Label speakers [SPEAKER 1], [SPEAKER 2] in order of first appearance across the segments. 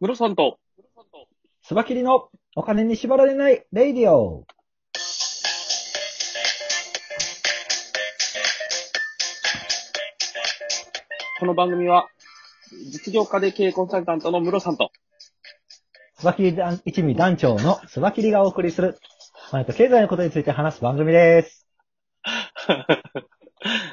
[SPEAKER 1] ムロさんと、
[SPEAKER 2] スバキリのお金に縛られないレイディオ。
[SPEAKER 1] この番組は、実業家で経営コンサルタントのムロさんと、
[SPEAKER 2] スバキリ団一味団長のスバキリがお送りする、マネと経済のことについて話す番 組です。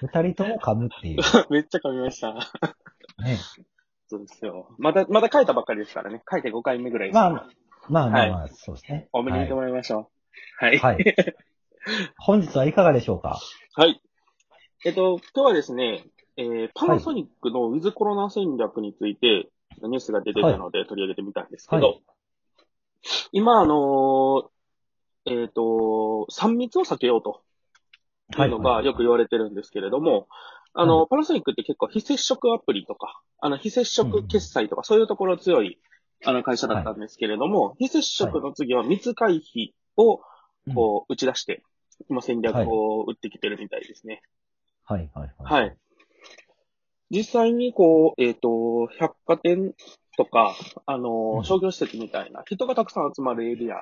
[SPEAKER 2] 二人とも噛むっていう。
[SPEAKER 1] めっちゃ噛みました。
[SPEAKER 2] ね。
[SPEAKER 1] そうですよ。まだ、まだ書いたばっかりですからね。書いて5回目ぐらいです。
[SPEAKER 2] まあ、まあまあまあ、そうですね。
[SPEAKER 1] おめでとうもらいましょう。はい。
[SPEAKER 2] はい。はい。本日はいかがでしょうか
[SPEAKER 1] はい。えっと、今日はですね、えーパナソニックのウィズコロナ戦略について、ニュースが出てたので取り上げてみたんですけど、
[SPEAKER 2] は
[SPEAKER 1] 今、あのーえっ、と、3密を避けようというのがよく言われてるんですけれども、あの、パナソニックって結構非接触アプリとか、あの、非接触決済とか、そういうところ強い、あの、会社だったんですけれども、非接触の次は密回避を、こう、打ち出して、今戦略を打ってきてるみたいですね。
[SPEAKER 2] うん。はい、はい、はい。
[SPEAKER 1] はい。実際に、こう、えっ、と、百貨店とか、あ
[SPEAKER 2] う
[SPEAKER 1] の、
[SPEAKER 2] ん
[SPEAKER 1] 商業施設みたいな、人がたくさん集まるエリア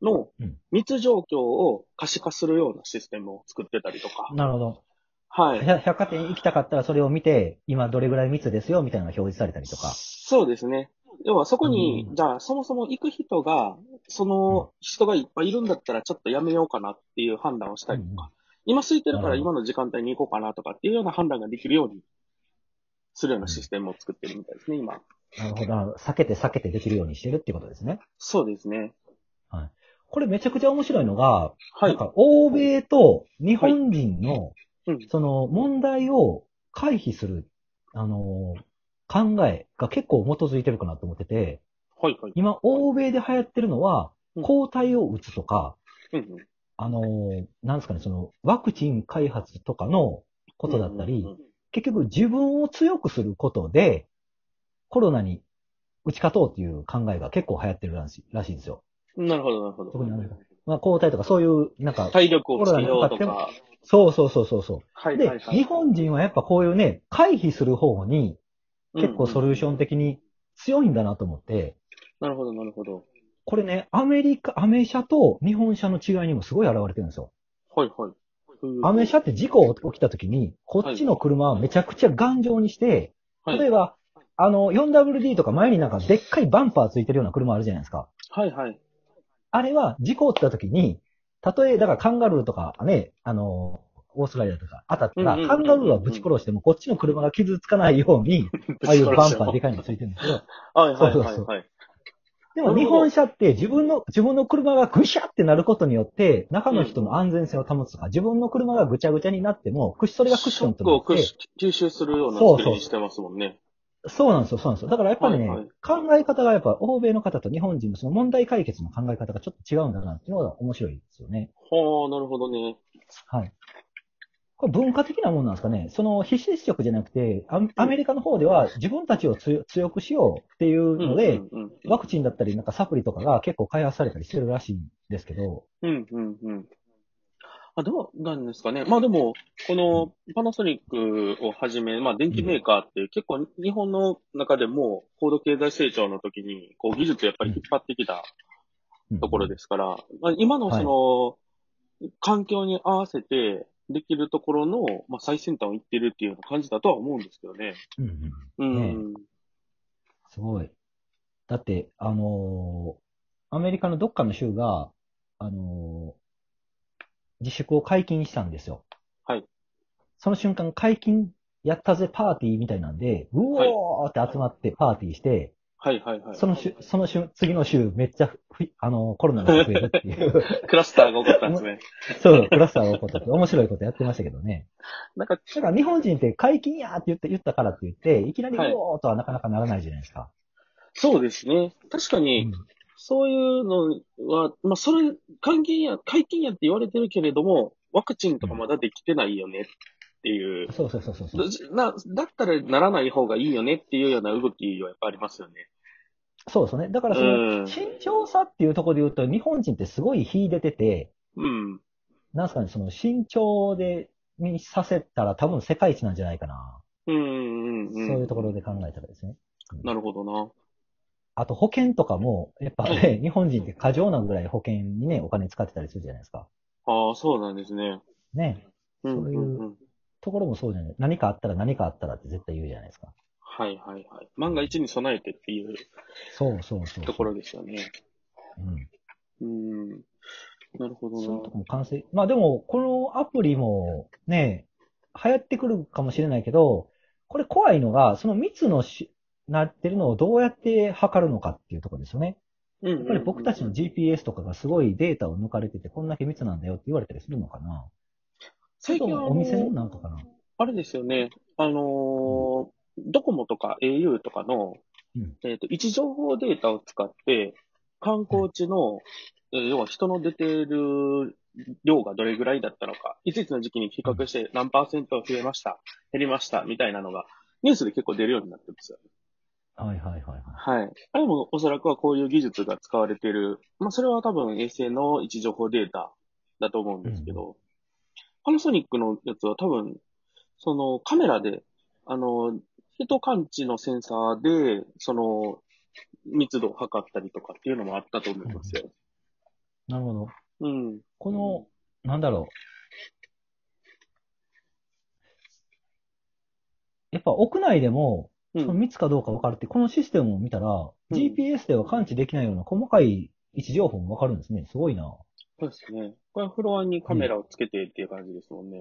[SPEAKER 1] の
[SPEAKER 2] うん
[SPEAKER 1] 密状況を可視化するようなシステムを作ってたりとか、
[SPEAKER 2] なるほど。
[SPEAKER 1] はい。
[SPEAKER 2] 百百貨店行きたかったらそれを見て、今どれぐらい密ですよみたいなのが表示されたりとか。
[SPEAKER 1] そうですね。要はそこに、
[SPEAKER 2] うん
[SPEAKER 1] じゃあそもそも行く人が、その人がいっぱいいるんだったらちょっとやめようかなっていう判断をしたりと
[SPEAKER 2] うんう
[SPEAKER 1] か、今空いてるか
[SPEAKER 2] な
[SPEAKER 1] ら
[SPEAKER 2] るほ
[SPEAKER 1] 今の時間帯に行こうかなとかっていうような判断ができるようにするようなシステムを作ってるみたいですね、今。
[SPEAKER 2] なるほどあの。避けて避けてできるようにしてるっていうことですね。
[SPEAKER 1] そうですね。
[SPEAKER 2] これめちゃくちゃ面白いのが、
[SPEAKER 1] は
[SPEAKER 2] なん
[SPEAKER 1] い。
[SPEAKER 2] か、欧米と日本人の
[SPEAKER 1] うん、
[SPEAKER 2] その問題を回避する、あのー、考えが結構基づいてるかなと思ってて、
[SPEAKER 1] はい、はい。
[SPEAKER 2] 今、欧米で流行ってるのは
[SPEAKER 1] うん、
[SPEAKER 2] 抗体を打つとか、
[SPEAKER 1] うんうん
[SPEAKER 2] あのー、なんですかね、その、ワクチン開発とかのことだった
[SPEAKER 1] うんう
[SPEAKER 2] り
[SPEAKER 1] ん、
[SPEAKER 2] 結局自分を強くすることで、コロナに打ち勝とうっていう考えが結構流行ってるらしいらしいんですよ。
[SPEAKER 1] うんなるほど、なるほど
[SPEAKER 2] 特にあれだ。まあ、抗体とかそういう、なんか、
[SPEAKER 1] 体力をつけようと
[SPEAKER 2] コロナに
[SPEAKER 1] か。
[SPEAKER 2] そうそうそうそうそう。
[SPEAKER 1] はい、
[SPEAKER 2] で、
[SPEAKER 1] はい、はい。
[SPEAKER 2] 日本人はやっぱこういうね、回避する方に結構ソリューション
[SPEAKER 1] 的。
[SPEAKER 2] 的に強いんだなと思って、
[SPEAKER 1] なるほど、なるほど。
[SPEAKER 2] これね、アメリカ、アメ車と日本車の違いにもすごい現れてるんですよ。
[SPEAKER 1] はい、はい。うん
[SPEAKER 2] アメ車って事故起きた時に、こっちの車はめちゃくちゃ頑丈にして、
[SPEAKER 1] はい
[SPEAKER 2] 例えば、あの、4WD とか前になんかでっかいバンパーついてるような車あるじゃないですか。
[SPEAKER 1] はい、はい。
[SPEAKER 2] あれは事故起きた時に、たとえ、だからカンガルーとかね、あの、オーストラリアとか当たったら
[SPEAKER 1] うんうんう、ん
[SPEAKER 2] カンガルーはぶち殺してもこっちの車が傷つかないように、 ああいうバンパーでかいのついてるんですけど、
[SPEAKER 1] はい、はい、
[SPEAKER 2] そう
[SPEAKER 1] は
[SPEAKER 2] そう
[SPEAKER 1] い、
[SPEAKER 2] そう
[SPEAKER 1] はい。
[SPEAKER 2] でも日本車って自分の、自分の車がぐしゃってなることによって、中の人の安全性を保つとか、自分の車がぐちゃぐちゃになっても、クッシそれがクッションと
[SPEAKER 1] ショックをく
[SPEAKER 2] なって
[SPEAKER 1] し、吸収するような
[SPEAKER 2] そうそう
[SPEAKER 1] 作りにしてますもんね。
[SPEAKER 2] そうなんですよ、そうなんですよ。だからやっぱりね、
[SPEAKER 1] はいはい
[SPEAKER 2] 考え方がやっぱ欧米の方と日本人のその問題解決の考え方がちょっと違うんだなっていうのが面白いですよね。
[SPEAKER 1] はあ、なるほどね。
[SPEAKER 2] はい。これ文化的なもんなんですかね。その非接触じゃなくて、アアメリカの方では自分たちを強強くしようっていうので、
[SPEAKER 1] うんうん
[SPEAKER 2] ワクチンだったり、なんかサプリとかが結構開発されたりしてるらしいんですけど、
[SPEAKER 1] うん、うん、うん。あ、どうなんですかね。まあでも、このパナソニックをはじめ、まあ電機メーカーって結構日本の中でも高度経済成長の時に、こう技術をやっぱり引っ張ってきたところですから、まあ、今のその、環境に合わせてできるところの、まあ、最先端を行ってるっていうような感じだとは思うんですけどね。
[SPEAKER 2] うんうん
[SPEAKER 1] うん。
[SPEAKER 2] すごい。だって、あのーアメリカのどっかの州が、あのー自粛を解禁したんですよ。
[SPEAKER 1] はい。
[SPEAKER 2] その瞬間、解禁やったぜパーティーみたいなんで、うおーって集まってパーティーして、
[SPEAKER 1] はいはいはい。
[SPEAKER 2] その週、その週、次の週、めっちゃふ、ふいあのー、コロナが増えるっていう、
[SPEAKER 1] クラスターが起こったんですね。
[SPEAKER 2] そう、クラスターが起こったって、面白いことやってましたけどね。
[SPEAKER 1] なんか、
[SPEAKER 2] だから日本人って解禁やーって言って、言ったからって言って、いきなりう
[SPEAKER 1] はい
[SPEAKER 2] おーとはなかなかならないじゃないですか。
[SPEAKER 1] そうですね。確か
[SPEAKER 2] う
[SPEAKER 1] に
[SPEAKER 2] ん、
[SPEAKER 1] そういうのは、まあ、それ、解禁や、解禁やって言われてるけれども、ワクチンとかまだできてないよねっていう。
[SPEAKER 2] そうそうそうそうそう。
[SPEAKER 1] なだったらならない方がいいよねっていうような動きはやっぱありますよね。
[SPEAKER 2] そうですね。だからそ
[SPEAKER 1] うん
[SPEAKER 2] の、慎重さっていうところで言うと、日本人ってすごい秀でてて、
[SPEAKER 1] うん。
[SPEAKER 2] なんすかね、その慎重で、にさせたら多分世界一なんじゃないかな。
[SPEAKER 1] うんうんうん。
[SPEAKER 2] そういうところで考えたらですね。
[SPEAKER 1] なるほどな。
[SPEAKER 2] あと保険とかも、やっぱね、日本人って過剰なぐらい保険にね、お金使ってたりするじゃないですか。
[SPEAKER 1] ああ、そうなんですね。
[SPEAKER 2] ね。
[SPEAKER 1] うん
[SPEAKER 2] そういう
[SPEAKER 1] うんうん
[SPEAKER 2] ところもそうじゃない。何かあったら何かあったらって絶対言うじゃないですか。
[SPEAKER 1] はいはいはい。万が一に備えてっていう
[SPEAKER 2] そうそうそう。
[SPEAKER 1] ところですよね。
[SPEAKER 2] うん。
[SPEAKER 1] うん。なるほど
[SPEAKER 2] そういうと
[SPEAKER 1] な。
[SPEAKER 2] こも完成。まあでも、このアプリもね、流行ってくるかもしれないけど、これ怖いのが、その密のし、なってるのをどうやって測るのかっていうところですよね。
[SPEAKER 1] うんうん
[SPEAKER 2] やっぱり僕たちの GPS とかがすごいデータを抜かれてて、こんだけ密なんだよって言われたりするのかな。そ
[SPEAKER 1] 最
[SPEAKER 2] れと
[SPEAKER 1] 近は
[SPEAKER 2] もお店のなんかかな。
[SPEAKER 1] あれですよね。あのードコモとか au とかの、
[SPEAKER 2] うん
[SPEAKER 1] えっ、と、位置情報データを使って、観光地の、えー要は人の出てる量がどれぐらいだったのか、いついつの時期に比較して何パーセント増えました、減りました、みたいなのが、ニュースで結構出るようになってますよ。
[SPEAKER 2] はいはいはいはい。
[SPEAKER 1] はい。あれもおそらくはこういう技術が使われている。まあ、それは多分衛星の位置情報データだと思うんですけど、パナソニックのやつは多分、そのカメラで、あの、人感知のセンサーで、その、密度を測ったりとかっていうのもあったと思いますよ。
[SPEAKER 2] なるほど。
[SPEAKER 1] うん。
[SPEAKER 2] この、なんだろう。やっぱ屋内でも、
[SPEAKER 1] う
[SPEAKER 2] その
[SPEAKER 1] ん。
[SPEAKER 2] 密かどうか分かるって、このシステムを見たら、
[SPEAKER 1] ん
[SPEAKER 2] GPS では感知できないような細かい位置情報も分かるんですね。すごいな。
[SPEAKER 1] そうですね。これフロアにカメラをつけてっていう感じですもんね。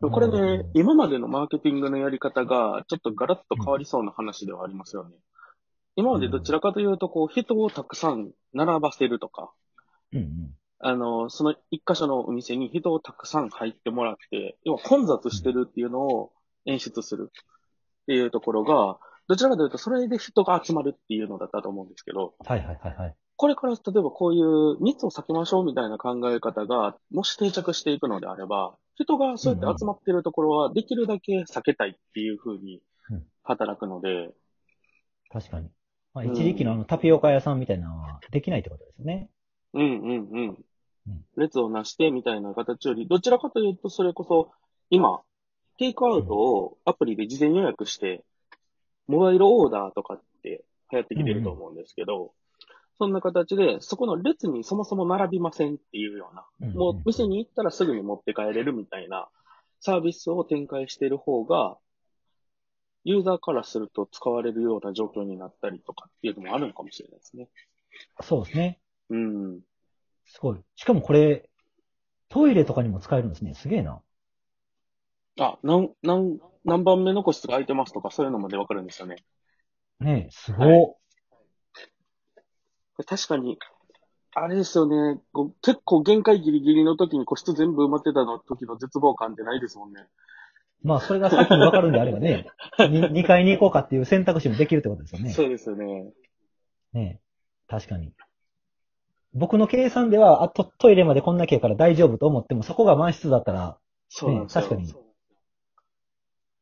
[SPEAKER 1] でもこれ
[SPEAKER 2] う
[SPEAKER 1] ね
[SPEAKER 2] ん、
[SPEAKER 1] 今までのマーケティングのやり方が、ちょっとガラッと変わりそうな話ではありますよね。今までどちらかというと、こう、人をたくさん並ばせるとか、
[SPEAKER 2] うんうん。
[SPEAKER 1] あの、その一箇所のお店に人をたくさん入ってもらって、要は混雑してるっていうのを演出するっていうところが、どちらかというと、それで人が集まるっていうのだったと思うんですけど、
[SPEAKER 2] はいはいはいはい。
[SPEAKER 1] これから例えばこういう密を避けましょうみたいな考え方が、もし定着していくのであれば、人がそうやって集まってるところはできるだけ避けたいっていうふうに
[SPEAKER 2] うん
[SPEAKER 1] 働くので、
[SPEAKER 2] 確かに。まあ、
[SPEAKER 1] うん
[SPEAKER 2] 一時期のあのタピオカ屋さんみたいなのはできないってことですよね。
[SPEAKER 1] うんうんうん
[SPEAKER 2] うん。
[SPEAKER 1] 列をなしてみたいな形より、どちらかというとそれこそ今、テイクアウトをアプリで事前予約して、モバイルオーダーとかって流行ってきてると思うんですけど、そんな形で、そこの列にそもそも並びませんっていうような、
[SPEAKER 2] うんうん
[SPEAKER 1] もう店に行ったらすぐに持って帰れるみたいなサービスを展開している方が、ユーザーからすると使われるような状況になったりとかっていうのもあるのかもしれないですね。
[SPEAKER 2] そうですね。
[SPEAKER 1] うん。
[SPEAKER 2] すごい。しかもこれ、トイレとかにも使えるんですね。すげえな。
[SPEAKER 1] あ、なん、なん、何番目の個室が空いてますとかそういうのまでわかるんですよね。
[SPEAKER 2] ねえ、すごっ。
[SPEAKER 1] はい確かに、あれですよね。こう結構限界ギリギリの時に個室全部埋まってたの時の絶望感ってないですもんね。
[SPEAKER 2] まあ、それがさっき分かるんであればね、2階に行こうかっていう選択肢もできるってことですよね。
[SPEAKER 1] そうですよね。
[SPEAKER 2] ねえ確かに。僕の計算では、あとトイレまでこんだけやから大丈夫と思っても、そこが満室だったら、
[SPEAKER 1] そうなんですよ。
[SPEAKER 2] ね確かに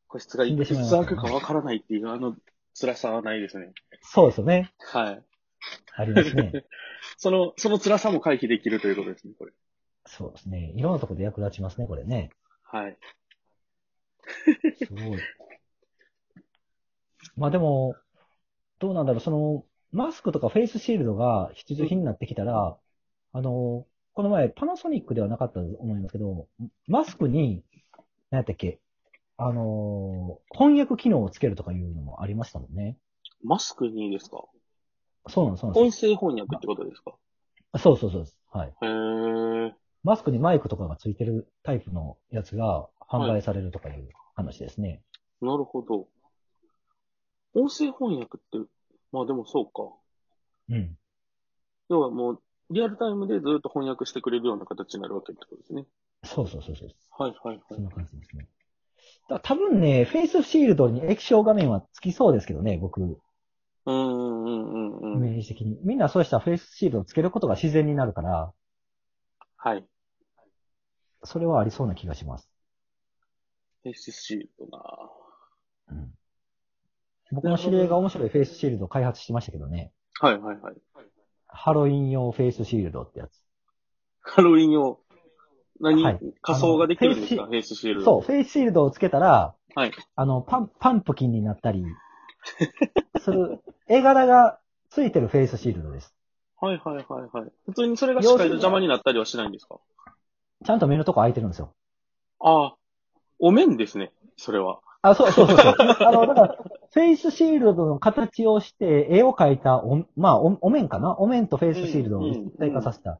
[SPEAKER 1] 個室が
[SPEAKER 2] 死
[SPEAKER 1] い
[SPEAKER 2] ん
[SPEAKER 1] く
[SPEAKER 2] で
[SPEAKER 1] つ
[SPEAKER 2] しまいます
[SPEAKER 1] 空くかわからないっていうあの辛さはないですね。
[SPEAKER 2] そうです よね。
[SPEAKER 1] はい。
[SPEAKER 2] ありますね。
[SPEAKER 1] その、その辛さも回避できるということですね、これ。
[SPEAKER 2] そうですね。いろんなとこで役立ちますね、これね。
[SPEAKER 1] はい。
[SPEAKER 2] すごい。まあでも、どうなんだろう、その、マスクとかフェイスシールドが必需品になってきたら、あの、この前、パナソニックではなかったと思いますけど、マスクに、何やったっけ、あの、翻訳機能をつけるとかいうのもありましたもんね。
[SPEAKER 1] マスクにですか
[SPEAKER 2] そうなんです、そうなんで
[SPEAKER 1] 音声翻訳ってことですか
[SPEAKER 2] す。そうそうそうです。はい。
[SPEAKER 1] へー。
[SPEAKER 2] マスクにマイクとかがついてるタイプのやつが販売されるとかいう話ですね。
[SPEAKER 1] なるほど。音声翻訳って、まあでもそうか。
[SPEAKER 2] うん。
[SPEAKER 1] 要はもう、リアルタイムでずっと翻訳してくれるような形になるわけってことですね。
[SPEAKER 2] そうそうそうそう。
[SPEAKER 1] はいはいは
[SPEAKER 2] そん
[SPEAKER 1] い。
[SPEAKER 2] な感じですね。だ多分ね、フェイスシールドに液晶画面はつきそうですけどね、僕、
[SPEAKER 1] うんうんうん
[SPEAKER 2] イ
[SPEAKER 1] うんうん。
[SPEAKER 2] メージ的に。みんなそうしたらフェイスシールドをつけることが自然になるから、
[SPEAKER 1] はい。
[SPEAKER 2] それはありそうな気がします。
[SPEAKER 1] フェイスシートな
[SPEAKER 2] うん、僕の知り合いが面白いフェイスシールドを開発してましたけどね。
[SPEAKER 1] はいはいはい。
[SPEAKER 2] ハロウィン用フェイスシールドってやつ。
[SPEAKER 1] ハロウィン用。何、
[SPEAKER 2] はい
[SPEAKER 1] 仮装ができるんです
[SPEAKER 2] あ
[SPEAKER 1] か
[SPEAKER 2] の
[SPEAKER 1] フェイスシールド。
[SPEAKER 2] そう、フェイスシールドをつけたら、
[SPEAKER 1] はい
[SPEAKER 2] あの、パン、パンプキンになったり、する、絵柄がついてるフェイスシールドです。
[SPEAKER 1] はいはいはいはい。普通にそれが視界の邪魔になったりはしないんですか
[SPEAKER 2] ちゃんと目のとこ開いてるんですよ。
[SPEAKER 1] ああ、お面ですね、それは。
[SPEAKER 2] あ、そうそうそうそう。あの、だから、フェイスシールドの形をして、絵を描いたお、まあお、お面かなお面とフェイスシールドを一体化させた、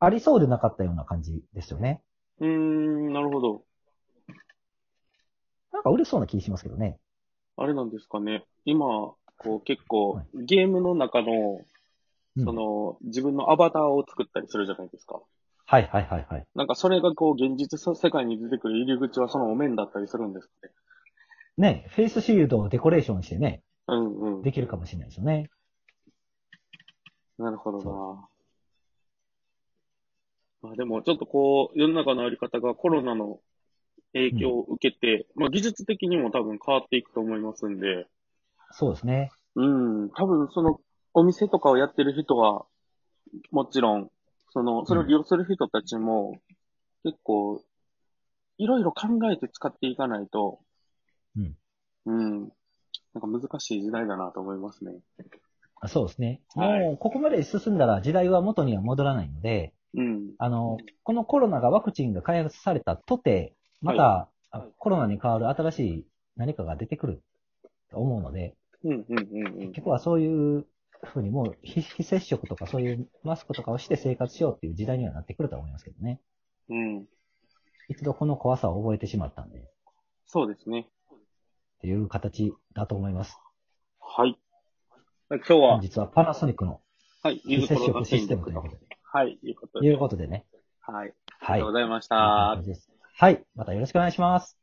[SPEAKER 2] ありそうでなかったような感じですよね。
[SPEAKER 1] うーん、なるほど。
[SPEAKER 2] なんか売れそうな気しますけどね。
[SPEAKER 1] あれなんですかね。今、こう結構
[SPEAKER 2] はい、
[SPEAKER 1] ゲームの中の、
[SPEAKER 2] うん
[SPEAKER 1] その、自分のアバターを作ったりするじゃないですか。
[SPEAKER 2] はいはいはいはい。
[SPEAKER 1] なんかそれがこう、現実世界に出てくる入り口はそのお面だったりするんですね。
[SPEAKER 2] ね、フェイスシールドをデコレーションしてね、
[SPEAKER 1] うんうん。
[SPEAKER 2] できるかもしれないですよね。
[SPEAKER 1] なるほどな
[SPEAKER 2] そ。
[SPEAKER 1] まあでも、ちょっとこう、世の中のあり方がコロナの影響を受けて、まあ技術的にも多分変わっていくと思いますんで、
[SPEAKER 2] そうですね。
[SPEAKER 1] うん、多分そのお店とかをやってる人は、もちろん、その、それを利用する人たちも、結構、いろいろ考えて使っていかないと、
[SPEAKER 2] うん。
[SPEAKER 1] うん。なんか難しい時代だなと思いますね。
[SPEAKER 2] あそうですね。
[SPEAKER 1] はい
[SPEAKER 2] もう、ここまで進んだら時代は元には戻らないので、
[SPEAKER 1] うん。
[SPEAKER 2] あの、このコロナがワクチンが開発されたとて、また、あコロナに代わる新しい何かが出てくると思うので、
[SPEAKER 1] うん、うん、うん、うん
[SPEAKER 2] 結。局はそういうふうにもう非非接触とかそういうマスクとかをして生活しようっていう時代にはなってくるとは思いますけどね。
[SPEAKER 1] うん。
[SPEAKER 2] 一度この怖さを覚えてしまったんで、っ
[SPEAKER 1] そうですね。
[SPEAKER 2] ていう形だと思います。
[SPEAKER 1] はい。今日は
[SPEAKER 2] 本、日はパナソニックの
[SPEAKER 1] はい、ゆ
[SPEAKER 2] 非
[SPEAKER 1] ずコ
[SPEAKER 2] 接
[SPEAKER 1] ロナ
[SPEAKER 2] 触シ
[SPEAKER 1] 戦
[SPEAKER 2] ステムと
[SPEAKER 1] 略
[SPEAKER 2] いう
[SPEAKER 1] の
[SPEAKER 2] こ。とで、
[SPEAKER 1] はい、いうこと
[SPEAKER 2] い
[SPEAKER 1] で。
[SPEAKER 2] うことでね。
[SPEAKER 1] はい。ありが
[SPEAKER 2] はい
[SPEAKER 1] とうご。ざいました。
[SPEAKER 2] はい。またよろしくお願いします。